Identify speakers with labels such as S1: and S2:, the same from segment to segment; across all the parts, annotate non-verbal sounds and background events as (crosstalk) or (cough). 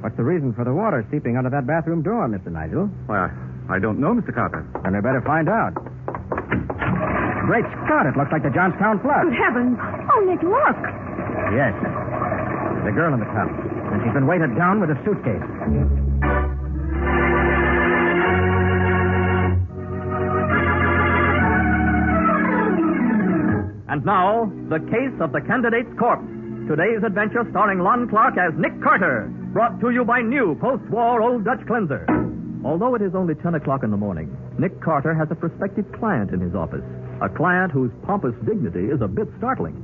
S1: What's the reason for the water seeping under that bathroom door, Mr. Nigel?
S2: Why, I don't know, Mr. Carter.
S1: Then we better find out. Great Scott, it looks like the Johnstown flood.
S3: Good heavens. Oh, Nick, look.
S1: Yes. There's a girl in the tub, and she's been weighted down with a suitcase.
S4: And now, the case of the candidate's corpse. Today's adventure starring Lon Clark as Nick Carter, brought to you by new post war Old Dutch cleanser. Although it is only 10 o'clock in the morning, Nick Carter has a prospective client in his office, a client whose pompous dignity is a bit startling.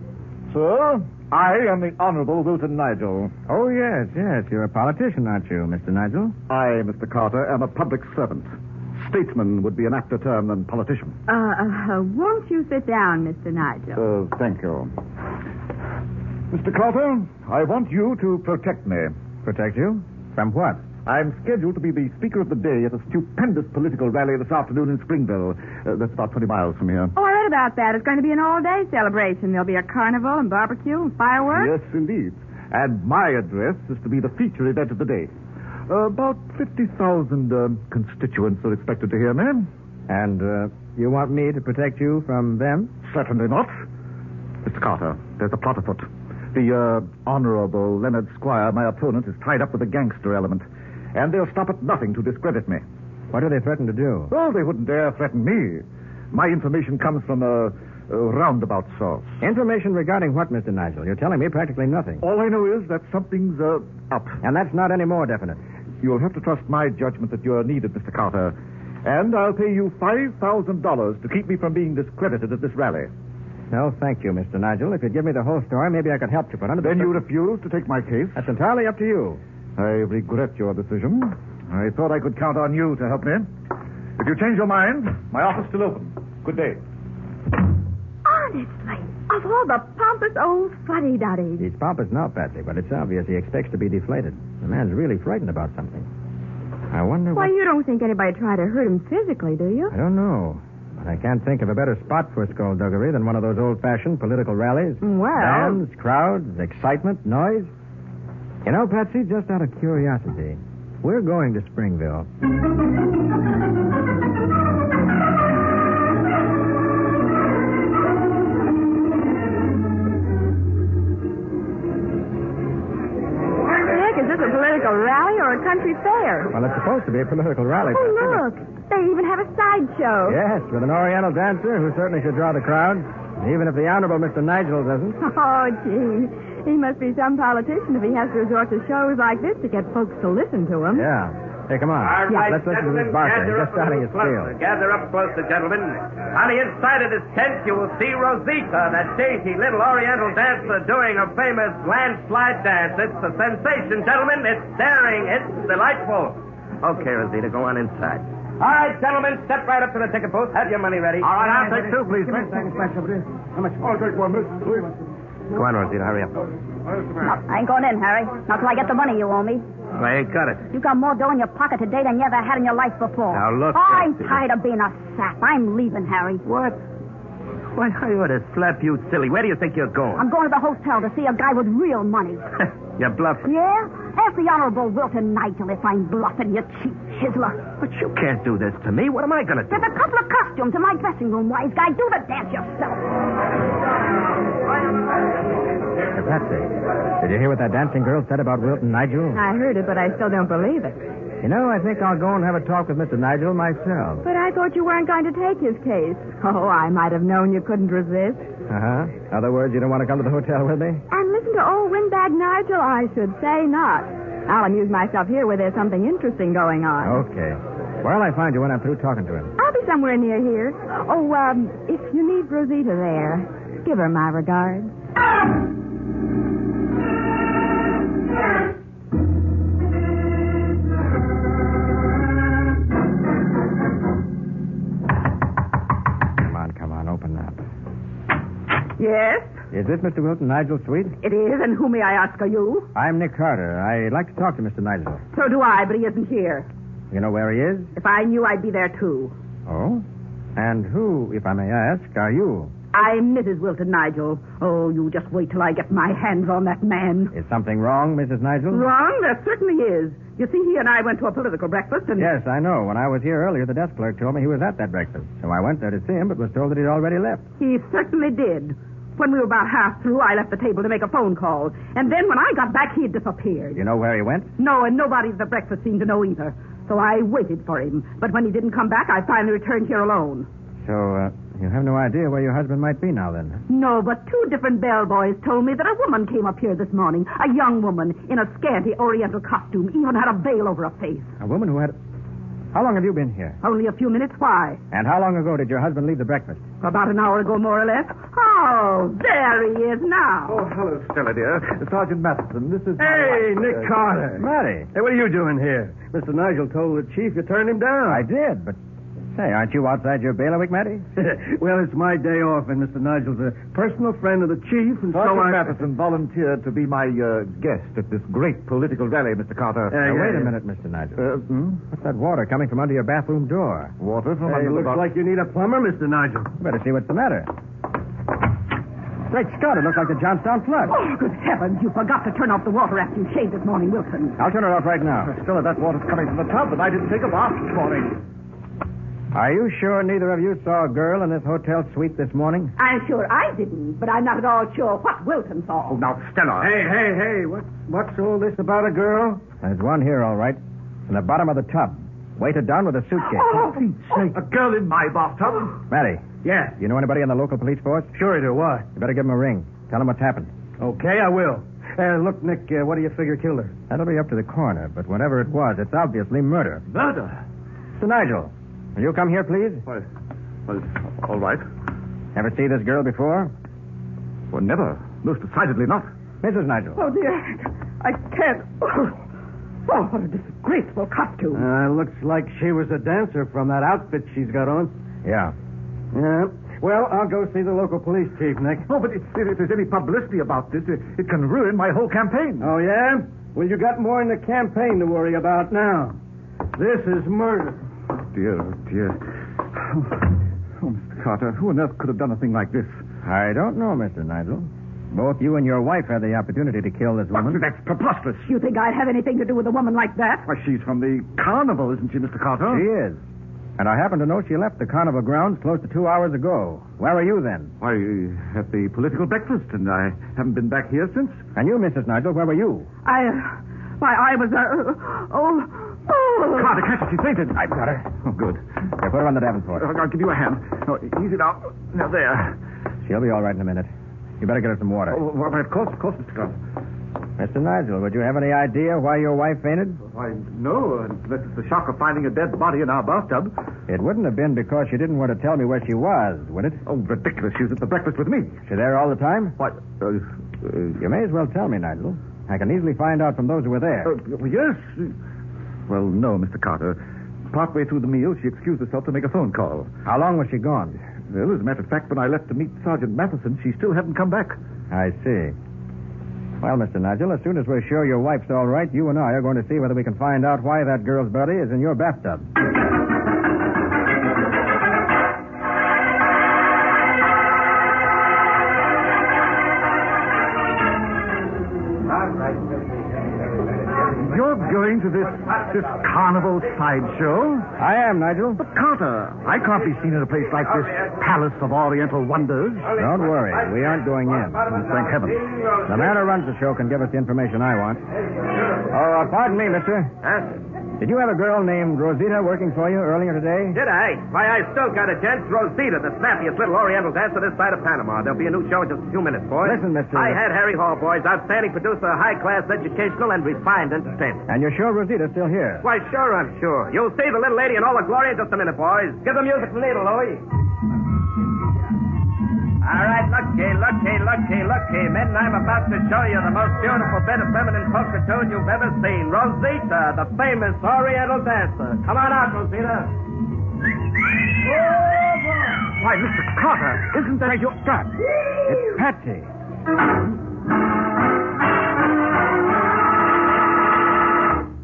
S5: Sir, I am the Honorable Wilton Nigel.
S1: Oh, yes, yes. You're a politician, aren't you, Mr. Nigel?
S5: I, Mr. Carter, am a public servant. Statesman would be an apter term than politician.
S3: Uh, uh, uh, won't you sit down, Mr. Nigel?
S5: Uh, thank you. Mr. Carter, I want you to protect me.
S1: Protect you? From what?
S5: I'm scheduled to be the Speaker of the Day at a stupendous political rally this afternoon in Springville. Uh, that's about 20 miles from here.
S3: Oh, I read about that. It's going to be an all-day celebration. There'll be a carnival and barbecue and fireworks.
S5: Yes, indeed. And my address is to be the feature event of the day. Uh, about 50,000 uh, constituents are expected to hear me.
S1: And uh, you want me to protect you from them?
S5: Certainly not. Mr. Carter, there's a plot afoot. The uh, Honorable Leonard Squire, my opponent, is tied up with a gangster element. And they'll stop at nothing to discredit me.
S1: What do they threaten to do?
S5: Oh, they wouldn't dare threaten me. My information comes from a, a roundabout source.
S1: Information regarding what, Mr. Nigel? You're telling me practically nothing.
S5: All I know is that something's uh, up.
S1: And that's not any more definite.
S5: You'll have to trust my judgment that you're needed, Mr. Carter. And I'll pay you $5,000 to keep me from being discredited at this rally.
S1: No, thank you, Mr. Nigel. If you'd give me the whole story, maybe I could help you. But under the
S5: Then
S1: cir-
S5: you refuse to take my case?
S1: That's entirely up to you.
S5: I regret your decision. I thought I could count on you to help me. If you change your mind, my office still open. Good day.
S3: Honestly, of all the pompous old fuddy-duddies.
S1: He's pompous now, Patsy, but it's obvious he expects to be deflated. The man's really frightened about something. I wonder
S3: Why,
S1: what.
S3: you don't think anybody tried to hurt him physically, do you?
S1: I don't know. But I can't think of a better spot for skullduggery than one of those old fashioned political rallies.
S3: Well-
S1: Bands, crowds, excitement, noise. You know, Patsy, just out of curiosity, we're going to Springville.
S3: Nick, is this a political rally or a country fair?
S1: Well, it's supposed to be a political rally.
S3: Oh,
S1: Patsy, but-
S3: look. They even have a sideshow.
S1: Yes, with an Oriental dancer who certainly should draw the crowd. Even if the Honorable Mr. Nigel doesn't.
S3: (laughs) Oh, gee. He must be some politician if he has to resort to shows like this to get folks to listen to him.
S1: Yeah. Hey, come on.
S6: All right,
S1: Let's listen to
S6: gentlemen,
S1: Miss Barker.
S6: gather up
S1: He's
S6: a
S1: just starting
S6: little
S1: his spiel.
S6: closer. Gather up closer, gentlemen. On the inside of this tent, you will see Rosita, that dainty little Oriental dancer, doing her famous landslide dance. It's a sensation, gentlemen. It's daring. It's delightful. Okay, Rosita, go on inside. All right, gentlemen, step right up to the ticket booth. Have your money ready. All right, I'll take two, please. Go on, Rosita, hurry up.
S7: I ain't going in, Harry. Not till I get the money you owe me.
S6: I ain't got it.
S7: You got more dough in your pocket today than you ever had in your life before.
S6: Now, look,
S7: Oh, I'm
S6: Patsy.
S7: tired of being a sap. I'm leaving, Harry.
S6: What? Why, I ought to slap you silly. Where do you think you're going? (laughs)
S7: I'm going to the hotel to see a guy with real money.
S6: you're bluffing.
S7: Yeah? Ask the Honorable Wilton Nigel if I'm bluffing, you cheap chiseler.
S6: But you can't do this to me. What am I going to do?
S7: There's a couple of costumes in my dressing room, wise guy. Do the dance yourself.
S1: Hey, Patsy, did you hear what that dancing girl said about Wilton Nigel?
S3: I heard it, but I still don't believe it.
S1: You know, I think I'll go and have a talk with Mr. Nigel myself.
S3: But I thought you weren't going to take his case. (laughs) Oh, I might have known you couldn't resist.
S1: Uh-huh. Other words, you don't want to come to the hotel with me?
S3: And listen to old windbag Nigel? I should say not. I'll amuse myself here where there's something interesting going on.
S1: Okay. Where'll I find you when I'm through talking to him?
S3: I'll be somewhere near here. Oh, um, if you need Rosita there, give her my regards.
S7: Yes,
S1: Is this Mr. Wilton Nigel's suite?
S7: it is. And who may I ask are you?
S1: I'm Nick Carter. I'd like to talk to Mr. Nigel.
S7: So do I, but he isn't here.
S1: You know where he is?
S7: If I knew, I'd be there too.
S1: Oh? And who, if I may ask, are you?
S7: I'm Mrs. Wilton Nigel. Oh, you just wait till I get my hands on that man.
S1: Is something wrong, Mrs. Nigel?
S7: Wrong? There certainly is. You see, he and I went to a political breakfast and.
S1: Yes, I know. When I was here earlier, the desk clerk told me he was at that breakfast. So I went there to see him, but was told that he'd already left.
S7: He certainly did. When we were about half through, I left the table to make a phone call. And then when I got back, he had disappeared.
S1: You know where he went?
S7: No, and nobody at the breakfast seemed to know either. So I waited for him. But when he didn't come back, I finally returned here alone.
S1: So, uh, you have no idea where your husband might be now, then?
S7: No, but two different bellboys told me that a woman came up here this morning. A young woman in a scanty oriental costume, even had a veil over her face.
S1: A woman who had. How long have you been here?
S7: Only a few minutes. Why?
S1: And how long ago did your husband leave the breakfast?
S7: About an hour ago, more or less. Oh, there he is now.
S5: Oh, hello, Stella, dear. Sergeant Matheson, this is.
S8: Hey, Nick Carter.
S1: Matty.
S8: Hey, what are you doing here? Mr. Uh, Nigel told the chief you turned him down.
S1: I did, but. Say, aren't you outside your bailiwick, Matty?
S8: (laughs) well, it's my day off, and Mr. Nigel's a personal friend of the chief, and so
S5: Sergeant
S8: I.
S5: Matheson volunteered to be my uh, guest at this great political rally, Mr. Carter.
S8: Yeah,
S1: now,
S8: yeah,
S1: wait
S8: yeah.
S1: a minute, Mr. Nigel.
S5: Uh, hmm?
S1: What's that water coming from under your bathroom door? Uh,
S5: Water from
S8: Hey,
S5: under the
S8: looks
S5: box.
S8: like you need a plumber, Mr. Nigel.
S1: You better see what's the matter. Great Scott, it looks like the Johnstown flood.
S7: Oh, good heavens, you forgot to turn off the water after you shaved this morning, Wilson.
S1: I'll turn it off right
S5: (laughs)
S1: now.
S5: Stella, that water's coming from the tub, and I didn't take a bath this morning.
S1: Are you sure neither of you saw a girl in this hotel suite this morning?
S7: I'm sure I didn't, but I'm not at all sure what Wilson saw.
S5: Now, Stella.
S8: Hey, hey, hey, what, what's all this about a girl?
S1: There's one here, all right. In the bottom of the tub. Weighted down with a suitcase.
S5: Oh, a girl in my bathtub.
S1: Matty,
S8: Yeah,
S1: you know anybody in the local police force?
S8: sure it or what?
S1: You better give them a ring. Tell them what's happened.
S8: Okay, I will. Uh, look, Nick, uh, what do you figure killed her?
S1: That'll be up to the coroner, but whatever it was, it's obviously murder.
S5: Murder.
S1: Mr. Nigel, will you come here, please?
S5: Well, well, all right.
S1: Ever see this girl before?
S5: Well, never. Most decidedly not.
S1: Mrs. Nigel.
S7: Oh, dear. I can't. Oh, what a disgraceful costume.
S8: Uh, looks like she was a dancer from that outfit she's got on.
S1: Yeah.
S8: Yeah. Well, I'll go see the local police chief, Nick.
S5: Oh, but if, if there's any publicity about this, it, it can ruin my whole campaign.
S8: Oh, yeah? Well, you got more in the campaign to worry about now. This is murder.
S5: dear, oh, dear. Oh, Mr. Carter, who on earth could have done a thing like this?
S1: I don't know, Mr. Nigel. Both you and your wife had the opportunity to kill this woman.
S5: That's preposterous.
S7: You think I'd have anything to do with a woman like that?
S5: Why, she's from the carnival, isn't she, Mr. Carter?
S1: She is. And I happen to know she left the carnival grounds close to two hours ago. Where were you then?
S5: Why, at the political breakfast, and I haven't been back here since.
S1: And you, Mrs. Nigel, where were you?
S7: I. Uh, why, I was. Uh, oh, oh.
S5: Carter, catch her. She fainted. I've got her. Oh, good.
S1: Here, put her on the
S8: Uh.
S1: Davenport.
S5: I'll I'll give you a hand. Oh, easy now. Now, there.
S1: She'll be all right in a minute. You better get her some water.
S5: Oh, well, of course, of course, Mr. Carter.
S1: Mr. Nigel, would you have any idea why your wife fainted?
S5: Why, no, unless it's the shock of finding a dead body in our bathtub.
S1: It wouldn't have been because she didn't want to tell me where she was, would it?
S5: Oh, ridiculous. She was at the breakfast with me.
S1: She there all the time?
S5: Why, uh, uh,
S1: You may as well tell me, Nigel. I can easily find out from those who were there.
S5: uh, yes. Well, no, Mr. Carter. Partway through the meal, she excused herself to make a phone call.
S1: How long was she gone?
S5: Well, as a matter of fact, when I left to meet Sergeant Matheson, she still hadn't come back.
S1: I see. Well, Mr. Nigel, as soon as we're sure your wife's all right, you and I are going to see whether we can find out why that girl's body is in your bathtub.
S5: You're going to this this carnival sideshow?
S1: I am, Nigel.
S5: But Carter, I can't be seen in a place like this palace of Oriental wonders.
S1: Don't worry. We aren't going in.
S5: Thank heaven.
S1: The man who runs the show can give us the information I want. Oh, uh, pardon me, mister. Did you have a girl named Rosita working for you earlier today?
S4: Did I? Why, I still got a chance. Rosita, the snappiest little Oriental dancer this side of Panama. There'll be a new show in just a few minutes, boys.
S1: Listen, Mr.
S4: I had Harry Hall, boys, outstanding producer, high class educational, and refined entertainment.
S1: And you're sure Rosita's still here?
S4: Why, sure, I'm sure. You'll see the little lady in all her glory in just a minute, boys. Give the music a little, Louie. All right, looky, looky, looky, looky. Men, I'm about to show you the most beautiful bit of feminine coquetry you've ever seen. Rosita, the famous Oriental dancer. Come on out, Rosita. Oh, boy.
S5: Why, Mr. Carter, isn't that your gun?
S1: It's Patsy.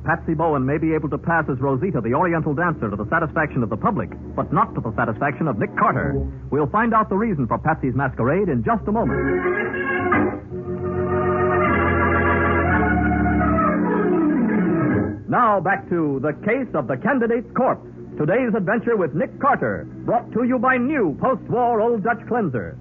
S4: Patsy Bowen may be able to pass as Rosita, the Oriental dancer, to the satisfaction of the public, but not to the satisfaction of Nick Carter. We'll find out the reason for Patsy's masquerade in just a moment. Now back to the case of the candidate's corpse. Today's adventure with Nick Carter, brought to you by new post-war Old Dutch cleanser.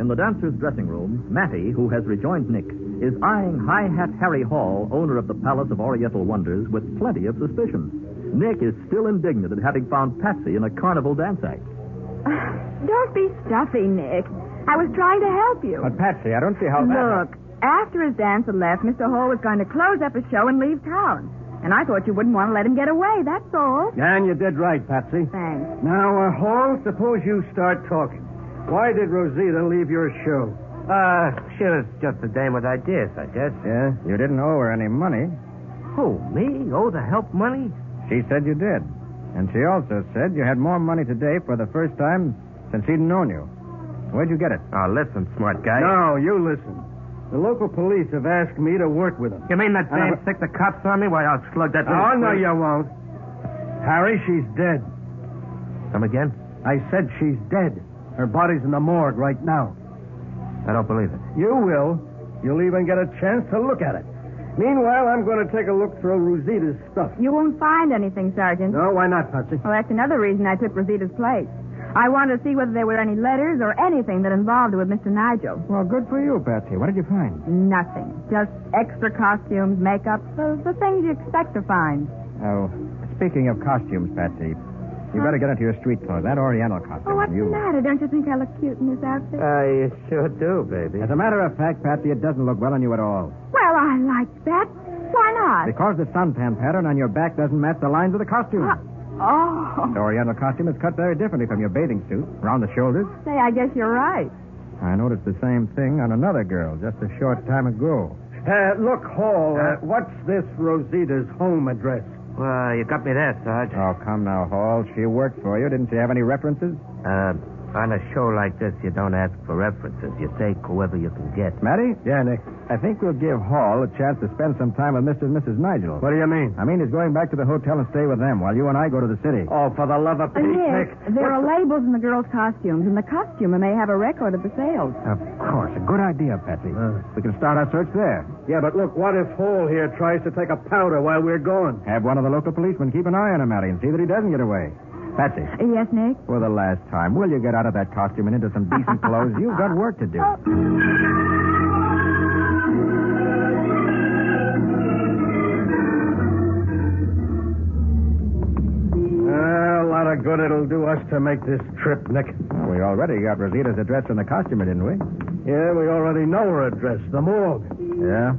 S4: In the dancer's dressing room, Matty, who has rejoined Nick, is eyeing High Hat Harry Hall, owner of the Palace of Oriental Wonders, with plenty of suspicion. Nick is still indignant at having found Patsy in a carnival dance act.
S3: (sighs) Don't be stuffy, Nick. I was trying to help you.
S1: But, Patsy, I don't see how that...
S3: Look, after his dancer left, Mr. Hall was going to close up his show and leave town. And I thought you wouldn't want to let him get away, that's all.
S9: And you did right, Patsy.
S3: Thanks.
S9: Now, uh, Hall, suppose you start talking. Why did Rosita leave your show?
S10: Uh, she was just a dame with ideas, I guess.
S1: Yeah, you didn't owe her any money.
S10: Who, me? Oh, the help money?
S1: She said you did. And she also said you had more money today for the first time since she'd known you. Where'd you get it?
S4: Ah,
S10: Oh, listen, smart guy.
S9: No, you listen. The local police have asked me to work with them.
S10: You mean that
S9: I
S10: dame
S9: never-
S10: stick the cops on me? Why, I'll slug that little...
S9: Uh, Oh, no, you won't. Harry, she's dead.
S10: Come again?
S9: I said she's dead. Her body's in the morgue right now.
S10: I don't believe it.
S9: You will. You'll even get a chance to look at it. Meanwhile, I'm going to take a look through Rosita's stuff.
S3: You won't find anything, Sergeant.
S9: No, why not, Patsy?
S3: Well, that's another reason I took Rosita's place. I wanted to see whether there were any letters or anything that involved her with Mr. Nigel.
S1: Well, good for you, Patsy. What did you find?
S3: Nothing. Just extra costumes, makeup, the, the things you expect to find.
S1: Oh, speaking of costumes, Patsy, you better get into your street clothes. That Oriental
S3: Oh,
S1: costume.
S3: what's
S1: you... Uh,
S3: the matter? Don't you think I look cute in this outfit?
S10: I sure do, baby.
S1: As a matter of fact, Patsy, it doesn't look well on you at all.
S3: well, I like that. Why not?
S1: Because the suntan pattern on your back doesn't match the lines of the costume.
S3: Oh,
S1: The Oriental costume is cut very differently from your bathing suit, around the shoulders.
S3: say, I guess you're right.
S1: I noticed the same thing on another girl just a short time ago.
S9: Uh, look, Hall, uh, what's this Rosita's home address?
S10: Well, you got me there, Sarge.
S1: Oh, come now, Hall. She worked for you. Didn't she have any references?
S10: Uh, on a show like this, you don't ask for references. You take whoever you can get.
S1: Matty?
S9: Yeah, Nick.
S1: I think we'll give Hall a chance to spend some time with Mr. and Mrs. Nigel.
S9: What do you mean?
S1: I mean, he's going back to the hotel and stay with them while you and I go to the city.
S9: Oh, for the love of Pete,
S3: Nick,
S9: Nick.
S3: there are labels in the girls' costumes, and the costumer may have a record of the sales.
S1: Of course. A good idea, Patsy. we can start our search there.
S9: Uh. Yeah, but look, what if Hall here tries to take a powder while we're going?
S1: Have one of the local policemen keep an eye on him, Matty, and see that he doesn't get away. Patsy,
S3: Yes, Nick?
S1: for the last time, will you get out of that costume and into some decent clothes? You've got work to do.
S9: Uh, a lot of good it'll do us to make this trip, Nick.
S1: Well, (laughs) we already got Rosita's address from the costumer, didn't we?
S9: Yeah, we already know her address, the morgue.
S1: Yeah.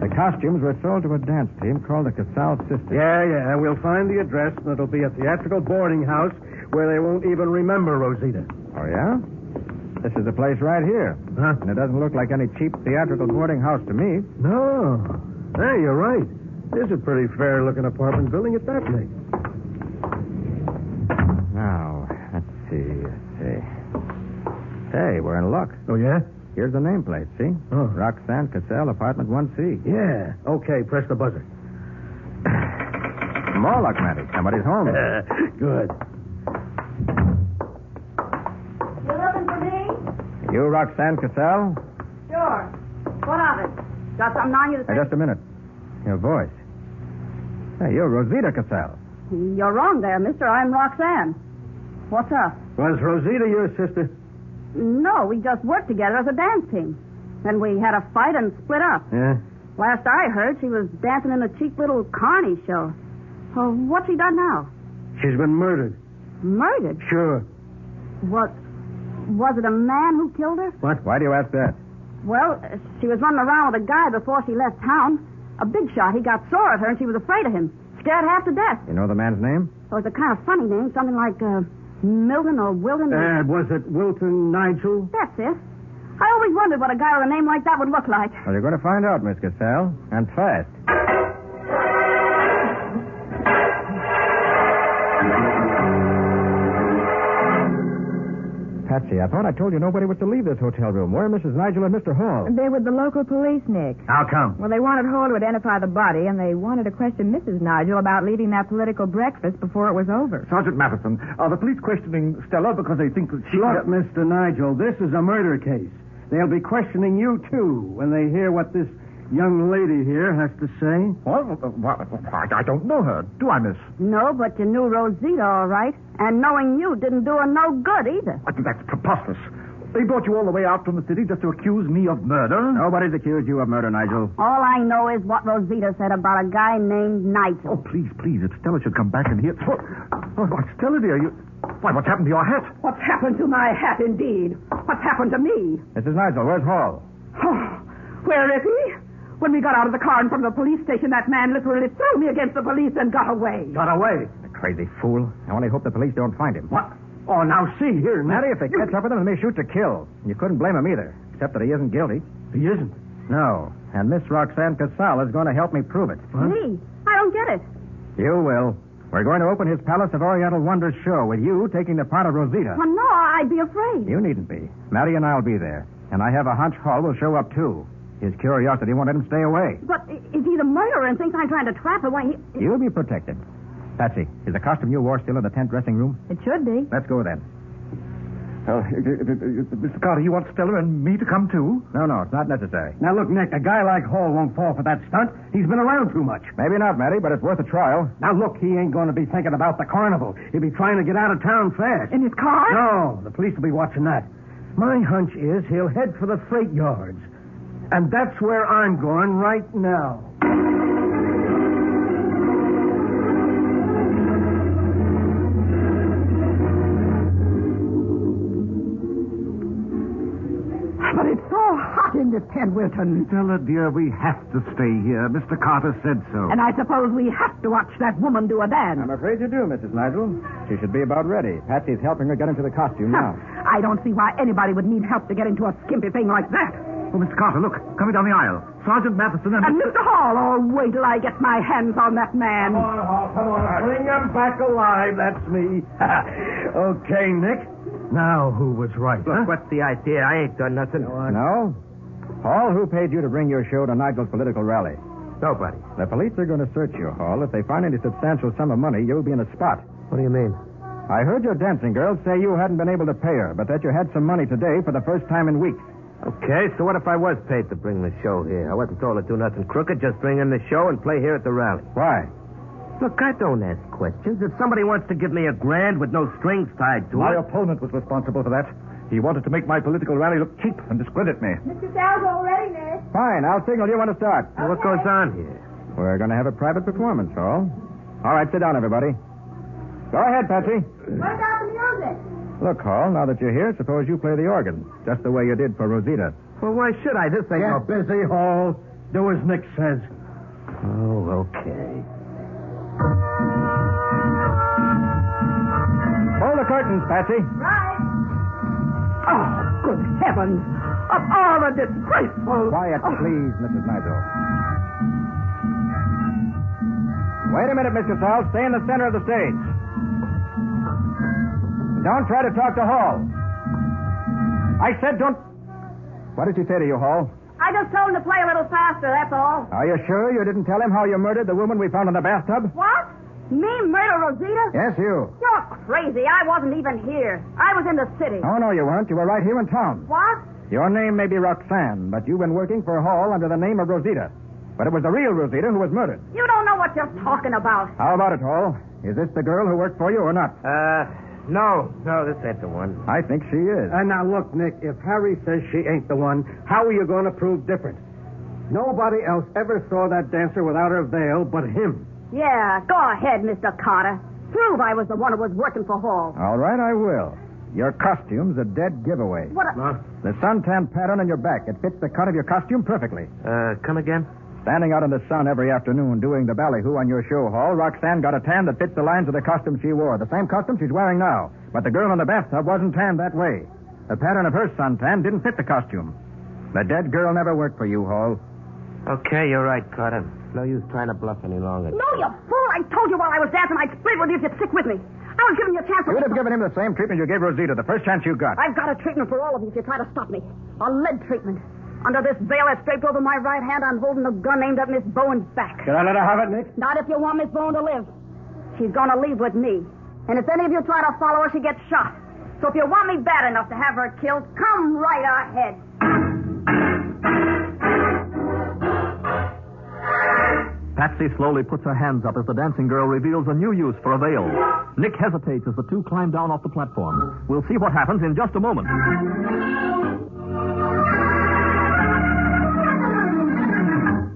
S1: The costumes were sold to a dance team called the Casal Sisters.
S9: Yeah, yeah, we'll find the address, and it'll be a theatrical boarding house where they won't even remember Rosita.
S1: Oh, yeah? This is the place right here.
S9: Huh?
S1: And it doesn't look like any cheap theatrical boarding house to me.
S9: No. Oh, Hey, you're right. This is a pretty fair looking apartment building at that rate.
S1: Now, let's see, let's see. Hey, we're in luck.
S9: Oh, yeah?
S1: Here's the nameplate, see?
S9: Oh.
S1: Roxanne Cassell, apartment 1C.
S9: Yeah. Okay, press the
S1: (coughs)
S9: buzzer.
S1: More luck, Matty. Somebody's home.
S9: Good.
S7: You looking for me?
S1: you Roxanne Cassell?
S7: Sure. What of it? Got something on you to
S1: Hey, just a minute. Your voice. Hey, you're Rosita Cassell.
S7: You're wrong there, mister. I'm Roxanne. What's up?
S9: Was Rosita your sister?
S7: No, we just worked together as a dance team. Then we had a fight and split up.
S9: Yeah.
S7: Last I heard, she was dancing in a cheap little carny show. Well, what's she done now?
S9: She's been murdered.
S7: Murdered?
S9: Sure.
S7: What? Was it a man who killed her?
S1: What? Why do you ask that?
S7: Well, uh, she was running around with a guy before she left town. A big shot. He got sore at her, and she was afraid of him. Scared half to death.
S1: You know the man's name?
S7: It was a kind of funny name, something like uh, Milton or Wilton. or-
S9: And Uh, was it Wilton Nigel?
S7: That's it. I always wondered what a guy with a name like that would look like.
S1: Well, you're going to find out, Miss Cassell. And fast. Patsy, I thought I told you nobody was to leave this hotel room. Where are Mrs. Nigel and Mr. Hall?
S11: They're with the local police, Nick.
S1: How come?
S11: Well, they wanted Hall to identify the body, and they wanted to question Mrs. Nigel about leaving that political breakfast before it was over.
S5: Sergeant Matheson, are the police questioning Stella because they think that she...
S9: Look, Mr. Nigel, this is a murder case. They'll be questioning you, too, when they hear what this young lady here has to say.
S5: What? what? uh, I don't know her, do I, miss?
S3: No, but you knew Rosita all right. And knowing you didn't do her no good either.
S5: I think that's preposterous. They brought you all the way out from the city just to accuse me of murder?
S1: Nobody's accused you of murder, Nigel.
S3: All I know is what Rosita said about a guy named Nigel.
S5: Oh, please, please, if Stella should come back and hear... What? Oh, what, Stella, dear, you... Why, what's happened to your hat?
S7: What's happened to my hat, indeed? What's happened to me?
S1: Mrs. Nigel, where's Hall?
S7: Oh, where is he? When we got out of the car and from the police station, that man literally threw me against the police and got away.
S1: Got away?
S4: The crazy fool.
S1: I only hope the police don't find him.
S9: What? Oh, now see here, Matt.
S1: Matty, if they catch up with him, they may shoot to kill. You couldn't blame him either, except that he isn't guilty.
S9: He isn't.
S1: No. And Miss Roxanne Casal is going to help me prove it.
S3: Me? I don't get it.
S1: You will. We're going to open his Palace of Oriental Wonders show with you taking the part of Rosita.
S3: Well, no, I'd be afraid.
S1: You needn't be. Matty and I'll be there. And I have a hunch Hall will show up, too. His curiosity won't let him stay away.
S3: But if he's a murderer and thinks I'm trying to trap him, why he...
S1: You'll be protected. Patsy, is the costume you wore still in the tent dressing room?
S11: It should be.
S1: Let's go then.
S9: Uh,
S5: Oh, Mr. Carter, you want Stella and me to come too?
S1: No, no, it's not necessary.
S9: Now look, Nick, a guy like Hall won't fall for that stunt. He's been around too much.
S1: Maybe not, Matty, but it's worth a trial.
S9: Now look, he ain't going to be thinking about the carnival. He'll be trying to get out of town fast.
S11: In his car?
S9: No, the police will be watching that. My hunch is he'll head for the freight yards. And that's where I'm going right now.
S7: But it's so hot in this tent, Wilton.
S5: Stella, dear, we have to stay here. Mr. Carter said so.
S7: And I suppose we have to watch that woman do a dance.
S1: I'm afraid you do, Mrs. Nigel. She should be about ready. Patsy's helping her get into the costume now.
S7: I don't see why anybody would need help to get into a skimpy thing like that.
S5: (laughs) Oh, Mr. Carter, look. Coming down the aisle. Sergeant Matheson and...
S7: And Mr. Hall, oh, wait till I get my hands on that man.
S9: Come on, Hall, come on. Bring him back alive. That's me. (laughs) okay, Nick. Now who was right?
S4: Look, what's the idea? I ain't done nothing.
S1: No? Hall, who paid you to bring your show to Nigel's political rally?
S4: Nobody.
S1: The police are going to search you, Hall. If they find any substantial sum of money, you'll be in a spot.
S4: What do you mean?
S1: I heard your dancing girls say you hadn't been able to pay her, but that you had some money today for the first time in weeks.
S4: (laughs) Okay, so what if I was paid to bring the show here? I wasn't told to do nothing crooked, just bring in the show and play here at the rally.
S1: Why?
S4: Look, I don't ask questions. If somebody wants to give me a grand with no strings tied to
S5: My
S4: it.
S5: opponent was responsible for that. He wanted to make my political rally look cheap and discredit me.
S12: Mr. Sal's all ready, miss.
S1: Fine, I'll signal you want to start.
S4: Now, What
S12: Okay.
S4: goes on here?
S1: We're going to have a private performance, Hall. All right, sit down, everybody. Go ahead, Patsy.
S12: What about the music?
S1: Look, Hall, now that you're here, suppose you play the organ, just the way you did for Rosita.
S4: Well, why should I? This ain't
S9: Get
S4: no...
S9: busy, Hall. Do as Nick says.
S4: Oh, okay.
S1: Pull the curtains, Patsy.
S12: Right.
S7: Oh, good heavens. Oh, Of all the disgraceful...
S1: Quiet,
S7: Oh,
S1: please, Mrs. Nigel. Wait a minute, Mr. Saul. Stay in the center of the stage. Don't try to talk to Hall. I said don't. What did she say to you, Hall?
S3: I just told him to play a little faster, that's all.
S1: Are you sure you didn't tell him how you murdered the woman we found in the bathtub?
S3: What? Me murder Rosita?
S1: Yes, you.
S3: You're crazy. I wasn't even here. I was in the city.
S1: Oh, no, you weren't. You were right here in town.
S3: What?
S1: Your name may be Roxanne, but you've been working for Hall under the name of Rosita. But it was the real Rosita who was murdered.
S3: You don't know what you're talking about.
S1: How about it, Hall? Is this the girl who worked for you or not?
S4: Uh, no, no, this ain't the one.
S1: I think she is.
S9: And now look, Nick, if Harry says she ain't the one, how are you going to prove different? Nobody else ever saw that dancer without her veil but him.
S3: Yeah, go ahead, Mr. Carter. Prove I was the one who was working for Hall.
S1: All right, I will. Your costume's a dead giveaway.
S3: What a...
S1: The suntan pattern on your back, it fits the cut of your costume perfectly.
S4: Uh, come again?
S1: Standing out in the sun every afternoon doing the ballyhoo on your show hall, Roxanne got a tan that fits the lines of the costume she wore, the same costume she's wearing now. But the girl in the bathtub wasn't tanned that way. The pattern of her suntan didn't fit the costume. The dead girl never worked for you, Hall.
S4: Okay, you're right, Carter. No use trying to bluff any longer.
S3: No, you fool. I told you while I was dancing I'd split with you if you'd stick with me.
S7: I was giving you a chance.
S1: You'd have given him the same treatment you gave Rosita the first chance you got.
S7: I've got a treatment for all of you if you try to stop me. A lead treatment. Under this veil that's draped over my right hand, I'm holding a gun aimed at Miss Bowen's back.
S9: Can I let her have it, Nick?
S7: Not if you want Miss Bowen to live. She's going to leave with me. And if any of you try to follow her, she gets shot. So if you want me bad enough to have her killed, come right ahead.
S4: Patsy slowly puts her hands up as the dancing girl reveals a new use for a veil. Nick hesitates as the two climb down off the platform. We'll see what happens in just a moment.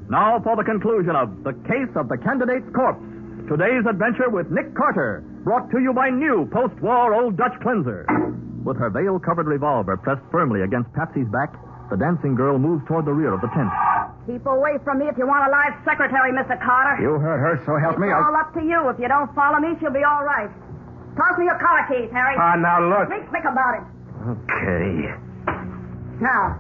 S4: Now for the conclusion of The Case of the Candidate's Corpse. Today's adventure with Nick Carter, brought to you by new post war Old Dutch Cleanser. With her veil covered revolver pressed firmly against Patsy's back, the dancing girl moves toward the rear of the tent.
S7: Keep away from me if you want a live secretary, Mr. Carter.
S1: You heard her, so help me.
S7: it's all up to you. If you don't follow me, she'll be all right. Toss me your collar keys, Harry.
S10: Ah, now look.
S7: Think quick about it.
S10: Okay.
S7: Now,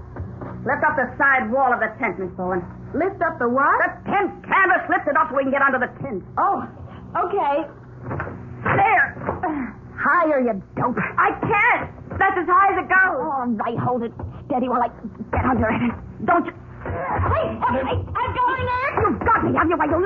S7: lift up the side wall of the tent, Miss Bowen.
S13: Lift up the what?
S7: The tent canvas. Lift it up so we can get under the tent.
S13: Oh, okay.
S7: There.
S13: Higher, you dope.
S7: I can't. That's as high as it goes.
S13: All right, hold it steady while I get under it. Don't you... Hey, hey, I'm going in. You've got me, have you, my little...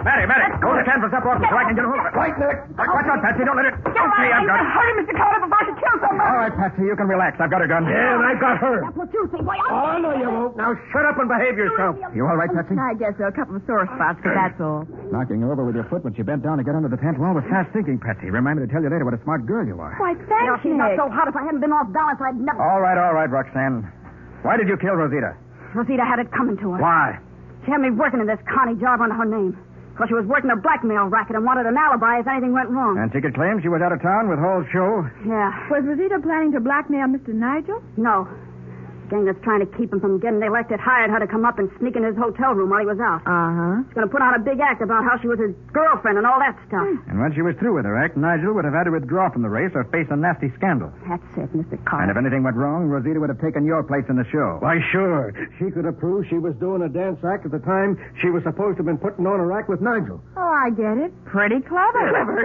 S1: Matty, Matty, go to the canvas up off me so I can get a hold of it. Wait, Nick. Watch out, Patsy. Don't let it.
S7: Get
S1: Okay,
S7: right.
S1: I've got it.
S7: hurting, Mr. Carter, before I should kill someone.
S1: All right, Patsy, you can relax. I've got a gun.
S9: Yeah, and I got her.
S13: That's what you think. Why,
S9: Oh, no, you won't. Now shut up and behave yourself.
S1: You all right, Patsy?
S3: I guess there are a couple of sore spots, but that's all.
S1: Knocking her over with your foot when she bent down to get under the tent wall was fast thinking, Patsy. Remind me to tell you later what a smart girl you are.
S3: Why,
S7: Now,
S3: thanks,
S7: she's not
S3: Nick.
S7: so hot. If I hadn't been off balance, I'd never.
S1: All right, all right, Roxanne. Why did you kill Rosita?
S7: Rosita had it coming to her.
S1: Why?
S7: She had me working in this Connie job under her name. Because she was working a blackmail racket and wanted an alibi if anything went wrong.
S1: And she could claim she was out of town with whole show.
S7: Yeah.
S3: Was Rosita planning to blackmail Mr. Nigel?
S7: No. The gang that's trying to keep him from getting elected hired her to come up and sneak in his hotel room while he was out.
S11: Uh-huh.
S3: Uh huh.
S7: She's going to put on a big act about how she was his girlfriend and all that stuff.
S14: Hmm.
S1: And when she was through with her act, Nigel would have had to withdraw from the race or face a nasty scandal.
S7: That's it, Mr.
S1: And
S7: Carter.
S1: if anything went wrong, Rosita would have taken your place in the show.
S9: Why, sure. She could have proved she was doing a dance act at the time she was supposed to have been putting on her act with Nigel.
S3: Oh, I get it. Pretty clever.
S7: Clever.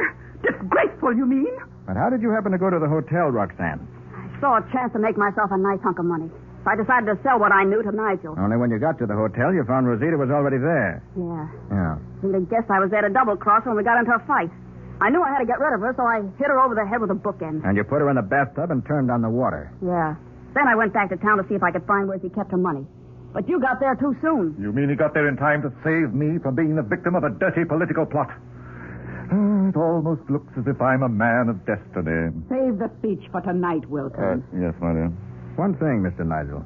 S7: Disgraceful, you mean?
S1: But how did you happen to go to the hotel, Roxanne?
S7: I saw a chance to make myself a nice hunk of money. So I decided to sell what I knew to Nigel.
S1: Only when you got to the hotel, you found Rosita was already there.
S7: Yeah.
S1: Yeah.
S7: You'd have guessed I was there to double cross her when we got into a fight. I knew I had to get rid of her, so I hit her over the head with a bookend.
S1: And you put her in the bathtub and turned on the water.
S7: Yeah. Then I went back to town to see if I could find where she kept her money. But you got there too soon.
S5: You mean he got there in time to save me from being the victim of a dirty political plot? Ah, It almost looks as if I'm a man of destiny.
S14: Save the speech for tonight,
S5: Uh,
S14: Wilkins.
S5: yes, my dear.
S1: One thing, Mr. Nigel.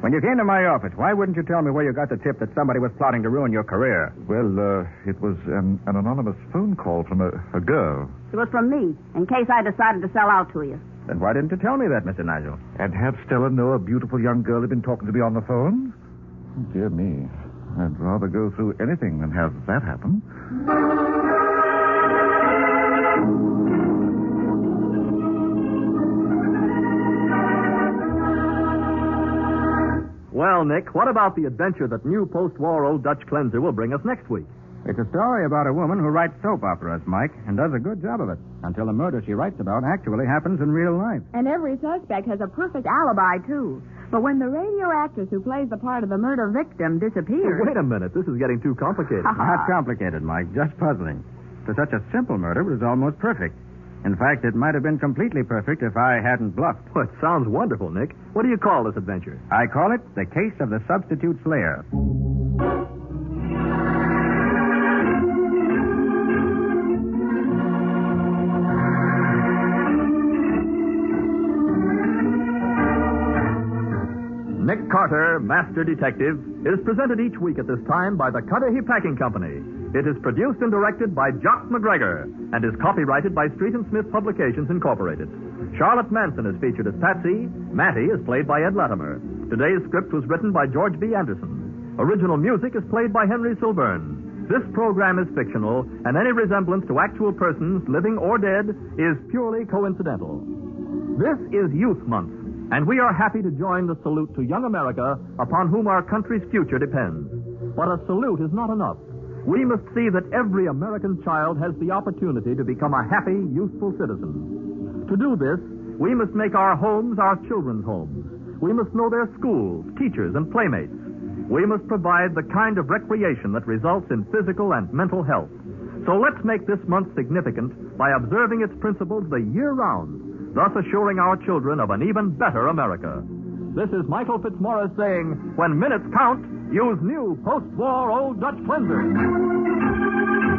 S1: When you came to my office, why wouldn't you tell me where you got the tip that somebody was plotting to ruin your career?
S5: Well, uh, it was an, an anonymous phone call from a, a girl.
S7: It was from me, in case I decided to sell out to you.
S1: Then why didn't you tell me that, Mr. Nigel?
S5: And have Stella know a beautiful young girl had been talking to me on the phone? Dear me, I'd rather go through anything than have that happen.
S4: Well, Nick, what about the adventure that new post war Old Dutch Cleanser will bring us next week?
S1: It's a story about a woman who writes soap operas, Mike, and does a good job of it until the murder she writes about actually happens in real life.
S3: And every suspect has a perfect alibi, too. But when the radio actress who plays the part of the murder victim disappears.
S4: Wait a minute. This is getting too
S1: (laughs)
S4: complicated. (laughs)
S1: Not complicated, Mike, just puzzling. For such a simple murder, it was almost perfect. In fact, it might have been completely perfect if I hadn't bluffed.
S4: Well, it sounds wonderful, Nick. What do you call this adventure?
S1: I call it the case of the substitute slayer.
S4: Nick Carter, Master Detective, is presented each week at this time by the Cudahy Packing Company. It is produced and directed by Jock McGregor and is copyrighted by Street and Smith Publications Incorporated. Charlotte Manson is featured as Patsy. Matty is played by Ed Latimer. Today's script was written by George B. Anderson. Original music is played by Henry Silburn. This program is fictional, and any resemblance to actual persons, living or dead, is purely coincidental. This is Youth Month, and we are happy to join the salute to young America upon whom our country's future depends. But a salute is not enough. We must see that every American child has the opportunity to become a happy, useful citizen. To do this, we must make our homes our children's homes. We must know their schools, teachers, and playmates. We must provide the kind of recreation that results in physical and mental health. So let's make this month significant by observing its principles the year round, thus assuring our children of an even better America. This is Michael Fitzmaurice saying, when minutes count, use new post-war old Dutch cleanser.